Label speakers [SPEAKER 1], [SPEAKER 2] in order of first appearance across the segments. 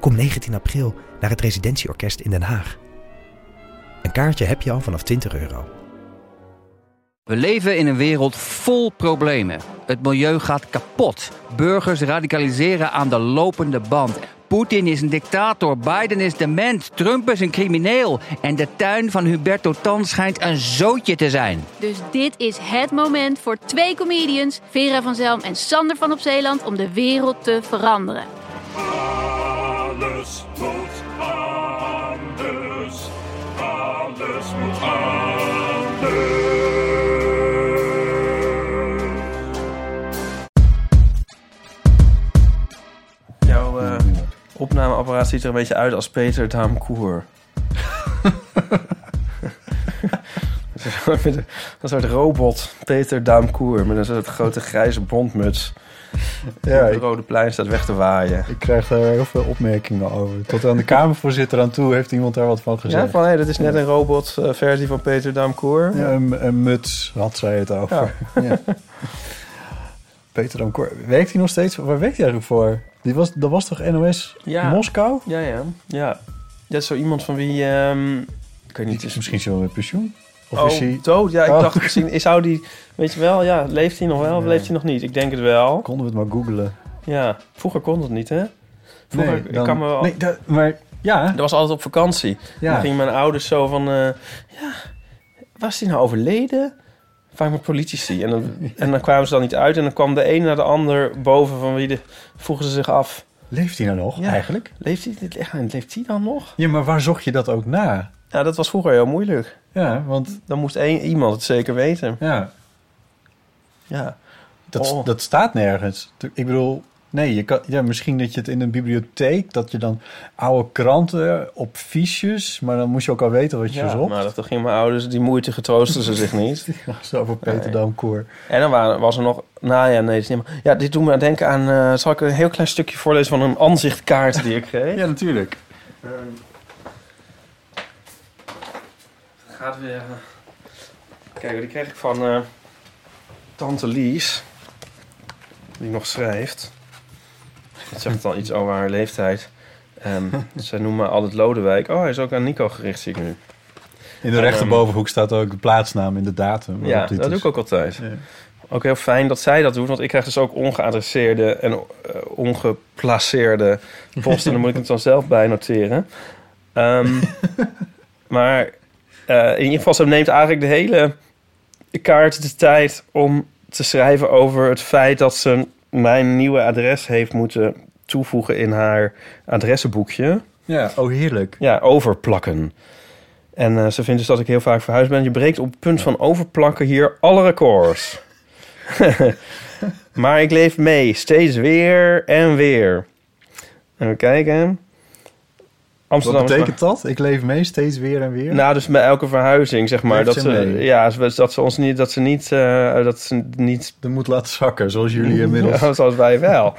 [SPEAKER 1] Kom 19 april naar het Residentieorkest in Den Haag. Een kaartje heb je al vanaf 20 euro.
[SPEAKER 2] We leven in een wereld vol problemen. Het milieu gaat kapot. Burgers radicaliseren aan de lopende band. Poetin is een dictator, Biden is dement, Trump is een crimineel. En de tuin van Huberto Tan schijnt een zootje te zijn.
[SPEAKER 3] Dus dit is het moment voor twee comedians, Vera van Zelm en Sander van op Zeeland, om de wereld te veranderen.
[SPEAKER 4] Alles moet anders. Alles moet anders.
[SPEAKER 5] Jouw eh, opnameapparaat ziet er een beetje uit als Peter Daamkoer. Met een een soort robot, Peter Daamkoer, met een soort grote grijze bondmuts.
[SPEAKER 6] Ja,
[SPEAKER 5] op het
[SPEAKER 6] ik,
[SPEAKER 5] rode plein staat weg te waaien.
[SPEAKER 6] ik krijg daar heel veel opmerkingen over. Tot aan de Kamervoorzitter aan toe heeft iemand daar wat van
[SPEAKER 5] Ja,
[SPEAKER 6] gezegd.
[SPEAKER 5] van hé, dat is net een robotversie van Peter Daamkoer.
[SPEAKER 6] Ja, een, een muts had zij het over. Ja. Peter dan Cor. Werkt hij nog steeds? Waar werkt hij eigenlijk voor? Die was, dat was toch NOS
[SPEAKER 5] Ja.
[SPEAKER 6] Moskou?
[SPEAKER 5] Ja, ja, ja. Dat is zo iemand van wie... ehm, ik weet niet,
[SPEAKER 6] Die
[SPEAKER 5] is
[SPEAKER 6] is misschien zo met pensioen. Of is
[SPEAKER 5] Oh,
[SPEAKER 6] hij...
[SPEAKER 5] dood. Ja, ik
[SPEAKER 6] Oh.
[SPEAKER 5] dacht misschien, zou die... Weet je wel, ja, leeft hij nog wel of leeft hij nog niet? Ik denk het wel.
[SPEAKER 6] Konden we het maar googlen?
[SPEAKER 5] Ja, vroeer kon dat niet, hè? Vroeger, ik
[SPEAKER 6] dan-
[SPEAKER 5] kan me wel...
[SPEAKER 6] Nee, dat- maar ja.
[SPEAKER 5] Dat was altijd op vakantie.
[SPEAKER 6] Ja.
[SPEAKER 5] Dan gingen mijn ouders zo van... eh, ja, was hij nou overleden? Vaak met politici. En dan, en dan kwamen ze dan niet uit. En dan kwam de een naar de ander boven van wie de... Vroegen ze zich af.
[SPEAKER 6] Leeft hij nou nog
[SPEAKER 5] Ja.
[SPEAKER 6] eigenlijk?
[SPEAKER 5] Leeft hij, dit- echt, leeft hij dan nog?
[SPEAKER 6] Ja, maar waar zocht je dat ook na?
[SPEAKER 5] Nou, dat was vroeger heel moeilijk.
[SPEAKER 6] Ja, want
[SPEAKER 5] Dan moest één, iemand het zeker weten.
[SPEAKER 6] ja,
[SPEAKER 5] Ja.
[SPEAKER 6] dat,
[SPEAKER 5] Oh.
[SPEAKER 6] dat staat nergens. Ik bedoel, nee, je kan, ja, misschien dat je het in een bibliotheek... dat je dan oude kranten op fiches... maar dan moest je ook al weten wat je
[SPEAKER 5] Ja,
[SPEAKER 6] zocht.
[SPEAKER 5] maar dat, dat gingen mijn ouders, die moeite getroosten ze zich niet.
[SPEAKER 6] Zo voor Peter
[SPEAKER 5] Nee.
[SPEAKER 6] Damkoor.
[SPEAKER 5] En dan waren, was er nog... Nou ja, nee, dat is niet helemaal- Ja, dit doet me denken aan... eh, zal ik een heel klein stukje voorlezen van een ansichtkaart die ik kreeg?
[SPEAKER 6] Ja, natuurlijk.
[SPEAKER 5] gaat weer. eh, Kijk, die kreeg ik van eh, Tante Lies. Die nog schrijft. Het zegt dan iets over haar leeftijd. Ehm ze noemt me altijd Lodewijk. Oh, hij is ook aan Nico gericht, zie ik nu.
[SPEAKER 6] In de rechterbovenhoek staat ook de plaatsnaam en de datum. waarop
[SPEAKER 5] Ja,
[SPEAKER 6] dit
[SPEAKER 5] dat doe
[SPEAKER 6] is.
[SPEAKER 5] ik ook altijd. Ook heel fijn dat zij dat doet, want ik krijg dus ook ongeadresseerde en eh, ongeplaceerde post. en dan moet ik het dan zelf bij noteren. Ehm, maar eh, in ieder geval, ze neemt eigenlijk de hele kaart de tijd om te schrijven over het feit dat ze mijn nieuwe adres heeft moeten toevoegen in haar adressenboekje.
[SPEAKER 6] Ja, oh heerlijk.
[SPEAKER 5] Ja, overplakken. En eh, ze vindt dus dat ik heel vaak verhuisd ben. Je breekt op het punt van overplakken hier alle records. maar ik leef mee, steeds weer en weer. En we kijken. Amsterdam.
[SPEAKER 6] Wat betekent dat? Ik leef mee steeds weer en weer.
[SPEAKER 5] Nou, dus bij elke verhuizing, zeg maar.
[SPEAKER 6] Leeft
[SPEAKER 5] Dat
[SPEAKER 6] ze
[SPEAKER 5] ze,
[SPEAKER 6] mee?
[SPEAKER 5] ja, ze- dat ze ons niet, dat ze niet, eh, dat ze niet
[SPEAKER 6] Dat moet laten zakken, zoals jullie inmiddels.
[SPEAKER 5] ja, zoals wij wel.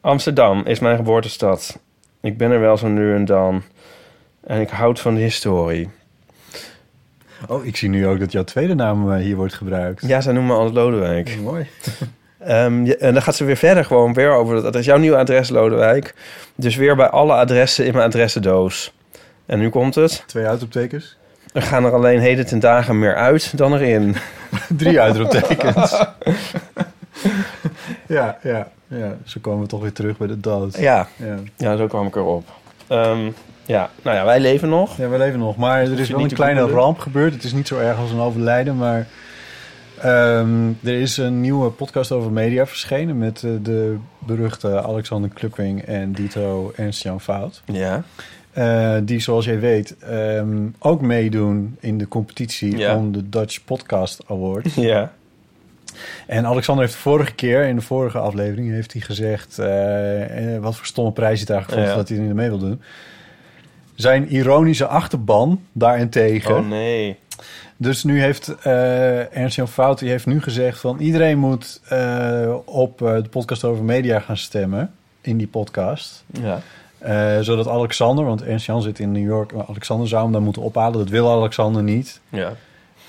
[SPEAKER 5] Amsterdam is mijn geboortestad. Ik ben er wel zo nu en dan. En ik houd van de historie.
[SPEAKER 6] Oh, ik zie nu ook dat jouw tweede naam eh, hier wordt gebruikt.
[SPEAKER 5] Ja, zij noemen me altijd Lodewijk.
[SPEAKER 6] mooi.
[SPEAKER 5] Ehm, ja, en dan gaat ze weer verder gewoon weer over dat adres. Jouw nieuwe adres, Lodewijk. Dus weer bij alle adressen in mijn adressendoos. En nu komt het.
[SPEAKER 6] Twee uitroeptekens.
[SPEAKER 5] Er gaan er alleen heden ten dagen meer uit dan erin.
[SPEAKER 6] Drie uitroeptekens. ja, ja, ja. Zo komen we toch weer terug bij de dood.
[SPEAKER 5] Ja,
[SPEAKER 6] ja.
[SPEAKER 5] ja zo kwam ik erop. Ehm, ja, nou ja, wij leven nog.
[SPEAKER 6] Ja, we leven nog. Maar er is wel
[SPEAKER 5] niet
[SPEAKER 6] een
[SPEAKER 5] te
[SPEAKER 6] kleine
[SPEAKER 5] googlen.
[SPEAKER 6] ramp gebeurd. Het is niet zo erg als een overlijden, maar... ehm, er is een nieuwe podcast over media verschenen... met eh, de beruchte Alexander Klupping en Dito Ernst-Jan Fout.
[SPEAKER 5] Ja.
[SPEAKER 6] Eh, die, zoals jij weet, ehm, ook meedoen in de competitie...
[SPEAKER 5] Ja.
[SPEAKER 6] om de Dutch Podcast Award.
[SPEAKER 5] Ja.
[SPEAKER 6] En Alexander heeft de vorige keer, in de vorige aflevering, heeft hij gezegd... eh, eh, wat voor stomme prijs hij het eigenlijk vond
[SPEAKER 5] Ja.
[SPEAKER 6] dat hij er niet mee wil doen. Zijn ironische achterban daarentegen.
[SPEAKER 5] Oh nee.
[SPEAKER 6] Dus nu heeft eh Ernst-Jan Fout die heeft nu gezegd van... iedereen moet eh, op eh, de podcast over media gaan stemmen in die podcast.
[SPEAKER 5] Ja.
[SPEAKER 6] Eh, zodat Alexander, want Ernst-Jan zit in New York... maar Alexander zou hem dan moeten ophalen. Dat wil Alexander niet.
[SPEAKER 5] Ja.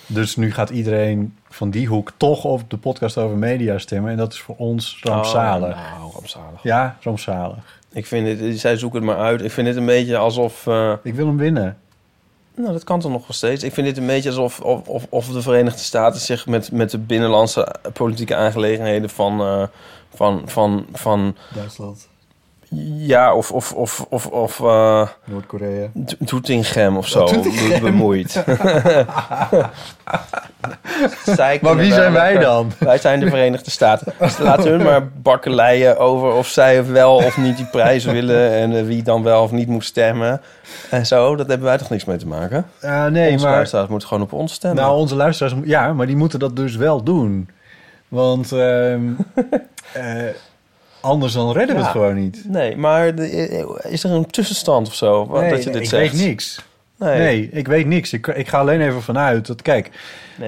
[SPEAKER 6] Dus nu gaat iedereen van die hoek toch op de podcast over media stemmen. En dat is voor ons rampzalig.
[SPEAKER 5] Oh, nou, rampzalig.
[SPEAKER 6] Ja, rampzalig.
[SPEAKER 5] Ik vind dit, zij zoeken het maar uit. Ik vind dit een beetje alsof... eh,
[SPEAKER 6] Ik wil hem winnen.
[SPEAKER 5] Nou, dat kan toch nog wel steeds. Ik vind dit een beetje alsof of, of, of de Verenigde Staten zich met, met de binnenlandse politieke aangelegenheden van, eh, van, van, van
[SPEAKER 6] Duitsland,
[SPEAKER 5] ja, of, of, of, of, of eh,
[SPEAKER 6] Noord-Korea.
[SPEAKER 5] Do- Doetinchem of zo be- bemoeid. Zij
[SPEAKER 6] Maar wie
[SPEAKER 5] kunnen
[SPEAKER 6] zijn
[SPEAKER 5] wel
[SPEAKER 6] wij
[SPEAKER 5] lekker-
[SPEAKER 6] dan?
[SPEAKER 5] Wij zijn de Verenigde Staten. Dus laten hun maar bakkeleien over of zij wel of niet die prijs willen... en eh, wie dan wel of niet moet stemmen. En zo, dat hebben wij toch niks mee te maken?
[SPEAKER 6] Ah, nee,
[SPEAKER 5] Onze
[SPEAKER 6] maar...
[SPEAKER 5] luisteraars moeten gewoon op ons stemmen.
[SPEAKER 6] Nou, onze luisteraars, mo- ja, maar die moeten dat dus wel doen. Want ehm, eh, anders dan redden we het
[SPEAKER 5] Ja.
[SPEAKER 6] gewoon niet.
[SPEAKER 5] Nee, maar de- eh, is er een tussenstand of zo? wa- dat je dit
[SPEAKER 6] ik
[SPEAKER 5] zegt?
[SPEAKER 6] weet niks.
[SPEAKER 5] Nee.
[SPEAKER 6] Nee.
[SPEAKER 5] Nee.
[SPEAKER 6] ik weet niks. Ik, ik ga alleen even vanuit dat, kijk,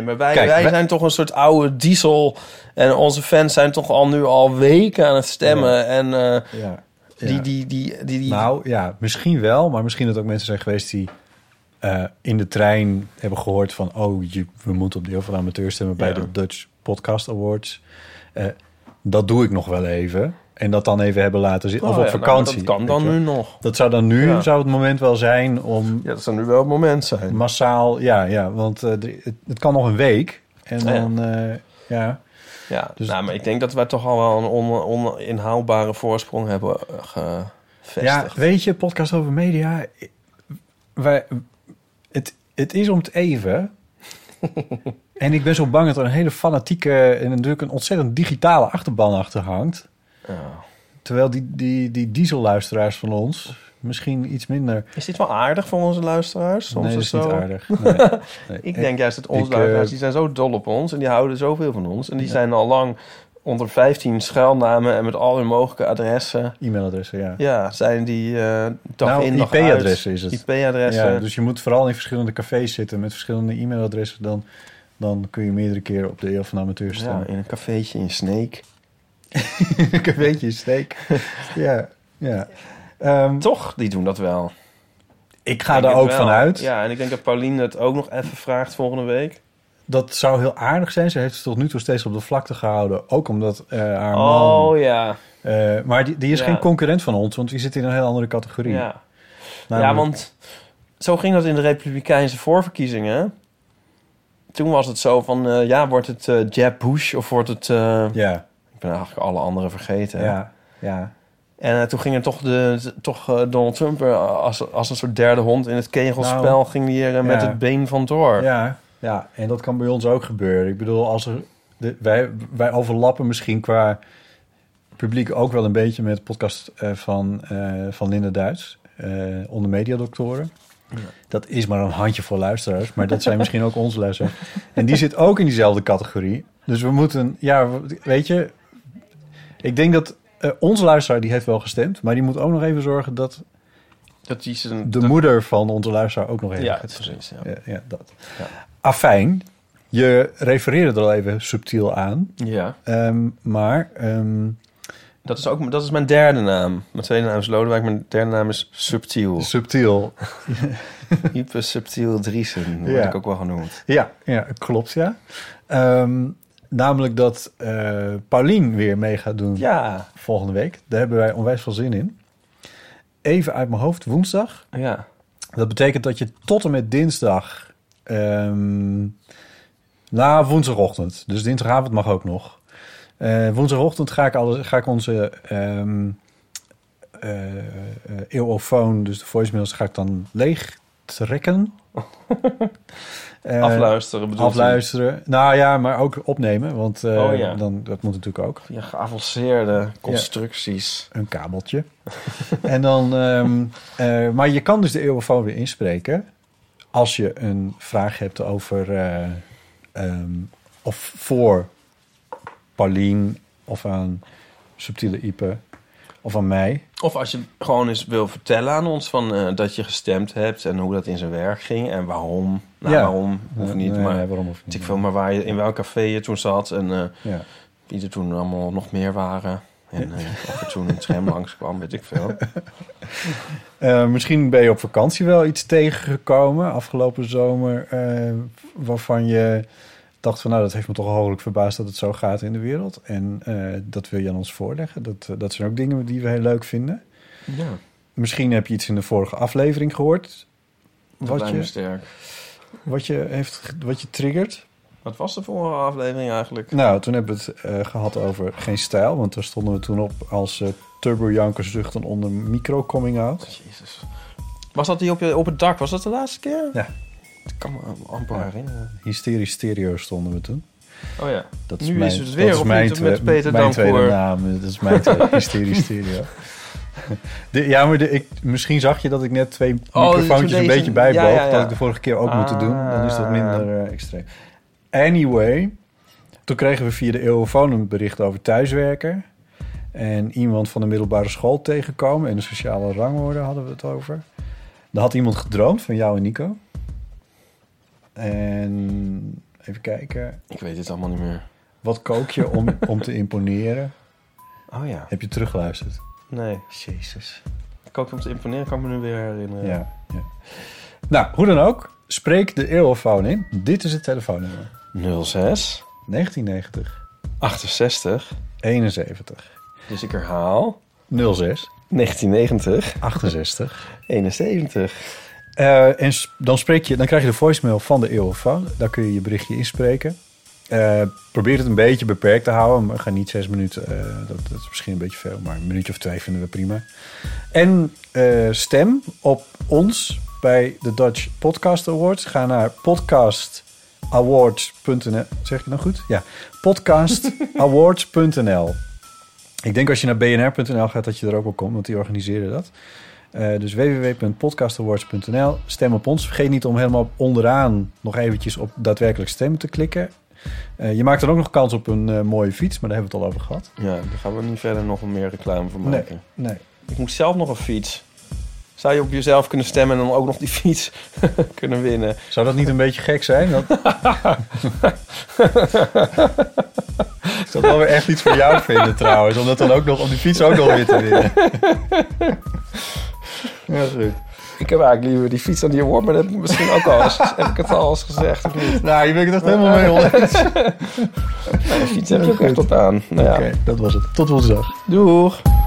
[SPEAKER 5] maar wij,
[SPEAKER 6] Kijk,
[SPEAKER 5] wij,
[SPEAKER 6] wij-
[SPEAKER 5] zijn toch een soort oude diesel. En onze fans zijn toch al nu al weken aan het stemmen. En eh,
[SPEAKER 6] ja,
[SPEAKER 5] die, die, die, die, die-
[SPEAKER 6] nou ja, misschien wel, maar misschien dat ook mensen zijn geweest die eh, in de trein hebben gehoord van, oh, je, we moeten op deel van de amateurs stemmen bij
[SPEAKER 5] Ja.
[SPEAKER 6] de Dutch Podcast Awards. Eh, dat doe ik nog wel even. En dat dan even hebben laten zitten.
[SPEAKER 5] Oh
[SPEAKER 6] of op
[SPEAKER 5] ja, nou,
[SPEAKER 6] vakantie.
[SPEAKER 5] dat kan
[SPEAKER 6] weet
[SPEAKER 5] dan
[SPEAKER 6] je wel.
[SPEAKER 5] nu nog.
[SPEAKER 6] Dat zou dan nu
[SPEAKER 5] Ja.
[SPEAKER 6] zou het moment wel zijn om
[SPEAKER 5] Ja, dat zou nu wel het moment zijn.
[SPEAKER 6] massaal, ja, ja, want eh, er- het, het kan nog een week en
[SPEAKER 5] Oh Ja.
[SPEAKER 6] dan, eh, ja.
[SPEAKER 5] Ja,
[SPEAKER 6] Dus-
[SPEAKER 5] nou, maar ik denk dat wij toch al wel een on- oninhaalbare voorsprong hebben eh,
[SPEAKER 6] ja,
[SPEAKER 5] gevestigd.
[SPEAKER 6] weet je, podcast over media, eh, wij, het, het is om het even. en ik ben zo bang dat er een hele fanatieke en natuurlijk een ontzettend digitale achterban achter hangt.
[SPEAKER 5] Ja.
[SPEAKER 6] Terwijl die, die, die dieselluisteraars van ons misschien iets minder...
[SPEAKER 5] Is dit wel aardig voor onze luisteraars? Soms
[SPEAKER 6] nee,
[SPEAKER 5] of
[SPEAKER 6] dat is niet
[SPEAKER 5] zo?
[SPEAKER 6] aardig. Nee. Nee.
[SPEAKER 5] Ik denk juist dat
[SPEAKER 6] ik,
[SPEAKER 5] onze
[SPEAKER 6] eh,
[SPEAKER 5] luisteraars, die zijn zo dol op ons en die houden zoveel van ons. En die zijn al lang onder 15 schuilnamen en met al hun mogelijke adressen.
[SPEAKER 6] E-mailadressen, ja.
[SPEAKER 5] Ja, zijn die eh dag
[SPEAKER 6] Nou,
[SPEAKER 5] in, dag uit.
[SPEAKER 6] IP-adressen is het.
[SPEAKER 5] IP-adressen.
[SPEAKER 6] Ja, dus je moet vooral in verschillende cafés zitten met verschillende e-mailadressen. Dan, dan kun je meerdere keren op de eeuw van de amateur
[SPEAKER 5] Ja,
[SPEAKER 6] staan.
[SPEAKER 5] in een cafeetje in Sneek.
[SPEAKER 6] Ik een beetje in steek. ja, ja. Ehm,
[SPEAKER 5] Toch, die doen dat wel.
[SPEAKER 6] ik ga
[SPEAKER 5] Ik
[SPEAKER 6] er
[SPEAKER 5] denk
[SPEAKER 6] ook
[SPEAKER 5] wel.
[SPEAKER 6] van uit.
[SPEAKER 5] Ja, en ik denk dat Pauline het ook nog even vraagt volgende week.
[SPEAKER 6] Dat zou heel aardig zijn. Ze heeft het tot nu toe steeds op de vlakte gehouden. Ook omdat eh, haar man...
[SPEAKER 5] Oh ja.
[SPEAKER 6] eh, maar die, die is
[SPEAKER 5] Ja.
[SPEAKER 6] geen concurrent van ons, want die zit in een heel andere categorie.
[SPEAKER 5] ja. Ja,
[SPEAKER 6] Namelijk-
[SPEAKER 5] want zo ging dat in de Republikeinse voorverkiezingen. Toen was het zo van, eh, ja, wordt het eh, Jeb Bush of wordt het... eh,
[SPEAKER 6] Ja,
[SPEAKER 5] Ik ben eigenlijk alle anderen vergeten.
[SPEAKER 6] ja,
[SPEAKER 5] hè?
[SPEAKER 6] ja.
[SPEAKER 5] En eh, toen ging er toch, de, toch eh, Donald Trump eh, als, als een soort derde hond in het kegelspel...
[SPEAKER 6] Nou,
[SPEAKER 5] ging hij er eh, met
[SPEAKER 6] ja.
[SPEAKER 5] het been vandoor.
[SPEAKER 6] Ja, ja, en dat kan bij ons ook gebeuren. Ik bedoel, als er, de, wij, wij overlappen misschien qua publiek ook wel een beetje met de podcast eh, van, eh, van Linda Duits, eh, onder mediadoktoren. Dat is maar een handje voor luisteraars, maar dat zijn misschien ook onze luisteraars. En die zit ook in diezelfde categorie. Dus we moeten, ja, we- weet je, ik denk dat eh, onze luisteraar die heeft wel gestemd, maar die moet ook nog even zorgen dat
[SPEAKER 5] Dat is een...
[SPEAKER 6] de moeder van onze luisteraar ook nog even
[SPEAKER 5] ja,
[SPEAKER 6] gaat stemmen.
[SPEAKER 5] precies. Ja.
[SPEAKER 6] Ja, ja dat.
[SPEAKER 5] Ja.
[SPEAKER 6] Afijn, je refereerde er al even subtiel aan.
[SPEAKER 5] Ja.
[SPEAKER 6] Ehm, maar ehm,
[SPEAKER 5] Oh. Dat is ook dat is mijn derde naam. Mijn tweede naam is Lodewijk, mijn derde naam is Subtiel.
[SPEAKER 6] subtiel.
[SPEAKER 5] Hyper Subtiel Driesen word
[SPEAKER 6] Ja.
[SPEAKER 5] ik ook wel genoemd.
[SPEAKER 6] Ja, ja klopt, ja. Ehm, namelijk dat eh Paulien weer mee gaat doen
[SPEAKER 5] Ja,
[SPEAKER 6] volgende week. Daar hebben wij onwijs veel zin in. Even uit mijn hoofd, woensdag.
[SPEAKER 5] ja.
[SPEAKER 6] Dat betekent dat je tot en met dinsdag... ehm na woensdagochtend. Dus dinsdagavond mag ook nog. Eh, woensdagochtend ga ik, alles, ga ik onze ehm eh, eh, eeuwofoon, dus de voicemails, ga ik dan leeg trekken. Eh,
[SPEAKER 5] afluisteren bedoel
[SPEAKER 6] afluisteren. Nou ja, maar ook opnemen, want eh,
[SPEAKER 5] Oh ja.
[SPEAKER 6] dan, dat moet natuurlijk ook.
[SPEAKER 5] Ja, geavanceerde constructies.
[SPEAKER 6] Een kabeltje. en dan, ehm, eh, maar je kan dus de eeuwofoon weer inspreken. Als je een vraag hebt over eh, ehm, of voor Paulien of aan subtiele Ipe of aan mij.
[SPEAKER 5] Of als je gewoon eens wil vertellen aan ons van, eh, dat je gestemd hebt en hoe dat in zijn werk ging en waarom. Nou,
[SPEAKER 6] Ja.
[SPEAKER 5] waarom hoeft niet,
[SPEAKER 6] Eh, Nee,
[SPEAKER 5] maar,
[SPEAKER 6] nee, waarom of
[SPEAKER 5] weet
[SPEAKER 6] niet?
[SPEAKER 5] ik veel, maar waar je, in welk café je toen zat en eh,
[SPEAKER 6] Ja.
[SPEAKER 5] wie er toen allemaal nog meer waren. En eh, of er toen een tram langskwam, weet ik veel.
[SPEAKER 6] Eh, misschien ben je op vakantie wel iets tegengekomen afgelopen zomer, eh, waarvan je dacht van nou, dat heeft me toch hooglijk verbaasd dat het zo gaat in de wereld. En eh, dat wil je aan ons voorleggen. Dat, eh, dat zijn ook dingen die we heel leuk vinden.
[SPEAKER 5] Ja,
[SPEAKER 6] Misschien heb je iets in de vorige aflevering gehoord,
[SPEAKER 5] dat
[SPEAKER 6] wat
[SPEAKER 5] lijkt me
[SPEAKER 6] je,
[SPEAKER 5] sterk.
[SPEAKER 6] wat je, heeft, ge- wat je triggert.
[SPEAKER 5] Wat was de vorige aflevering eigenlijk?
[SPEAKER 6] Nou, toen hebben we het eh, gehad over geen stijl, want daar stonden we toen op als eh, turbojankers zuchten onder micro-coming-out.
[SPEAKER 5] Jezus. Was dat die op, je, op het dak? Was dat de laatste keer?
[SPEAKER 6] Ja.
[SPEAKER 5] Ik kan me amper
[SPEAKER 6] Ja.
[SPEAKER 5] herinneren.
[SPEAKER 6] Hysterisch stereo stonden we toen.
[SPEAKER 5] Oh ja.
[SPEAKER 6] Dat
[SPEAKER 5] Nu
[SPEAKER 6] mijn,
[SPEAKER 5] is het weer
[SPEAKER 6] dat is
[SPEAKER 5] opnieuw
[SPEAKER 6] mijn
[SPEAKER 5] met
[SPEAKER 6] tweede-
[SPEAKER 5] Peter
[SPEAKER 6] Mijn
[SPEAKER 5] Damkoor.
[SPEAKER 6] tweede naam, dat is mijn tweede hysterie stereo. De, ja, maar de, ik, misschien zag je dat ik net twee
[SPEAKER 5] toen
[SPEAKER 6] microfoontjes een
[SPEAKER 5] Oh, deze-
[SPEAKER 6] beetje bijboog.
[SPEAKER 5] ja, ja, Ah. ja.
[SPEAKER 6] Dat ik de vorige keer ook
[SPEAKER 5] Ah.
[SPEAKER 6] moeten doen. Dan is dat minder eh, extreem. Anyway, toen kregen we via de Eeuwofoon een bericht over thuiswerken. En iemand van de middelbare school tegenkomen. En de sociale rangorde hadden we het over. Dan had iemand gedroomd van jou en Nico. En even kijken.
[SPEAKER 5] Ik weet dit allemaal niet meer.
[SPEAKER 6] Wat kook je om, om te imponeren?
[SPEAKER 5] Oh ja.
[SPEAKER 6] Heb je teruggeluisterd?
[SPEAKER 5] Nee.
[SPEAKER 6] Jezus.
[SPEAKER 5] Ik ook om te imponeren kan ik me nu weer herinneren.
[SPEAKER 6] Ja, ja. Nou, hoe dan ook. Spreek de eeuwofoon in. Dit is het telefoonnummer.
[SPEAKER 5] 06
[SPEAKER 6] 1990
[SPEAKER 5] 68.
[SPEAKER 6] 71
[SPEAKER 5] Dus ik herhaal.
[SPEAKER 6] 06
[SPEAKER 5] 1990
[SPEAKER 6] 68.
[SPEAKER 5] 71.
[SPEAKER 6] Eh, en s- dan, spreek je, dan krijg je de voicemail van de eeuwofoon. Daar kun je je berichtje inspreken. Eh, probeer het een beetje beperkt te houden. Maar ga niet zes minuten. eh, dat, dat is misschien een beetje veel. Maar een minuutje of twee vinden we prima. En eh, stem op ons bij de Dutch Podcast Awards. Ga naar podcastawards.nl. Zeg ik het nou goed? Ja. Podcastawards.nl. Ik denk als je naar bnr.nl gaat dat je er ook wel komt, want die organiseren dat. Eh, dus www.podcastawards.nl. Stem op ons. Vergeet niet om helemaal onderaan nog eventjes op daadwerkelijk stemmen te klikken. Eh, je maakt dan ook nog kans op een eh, mooie fiets, maar daar hebben we het al over gehad.
[SPEAKER 5] Ja, daar gaan we niet verder nog meer reclame voor maken.
[SPEAKER 6] nee.
[SPEAKER 5] Ik moet zelf nog een fiets. Zou je op jezelf kunnen stemmen en dan ook nog die fiets kunnen winnen?
[SPEAKER 6] Zou dat niet een beetje gek zijn? Dat... Ik zou het wel weer echt iets voor jou vinden trouwens. Om dat dan ook nog, om die fiets ook nog weer te winnen.
[SPEAKER 5] Ja, goed. Ik heb eigenlijk liever die fiets dan die award, maar dat heb ik misschien ook al eens, heb ik het al eens gezegd of niet?
[SPEAKER 6] Nou, je bent het echt helemaal mee oneens. Oké,
[SPEAKER 5] Die fiets heb je ook echt tot aan. Nou ja,
[SPEAKER 6] dat was het. Tot woensdag.
[SPEAKER 5] doeg!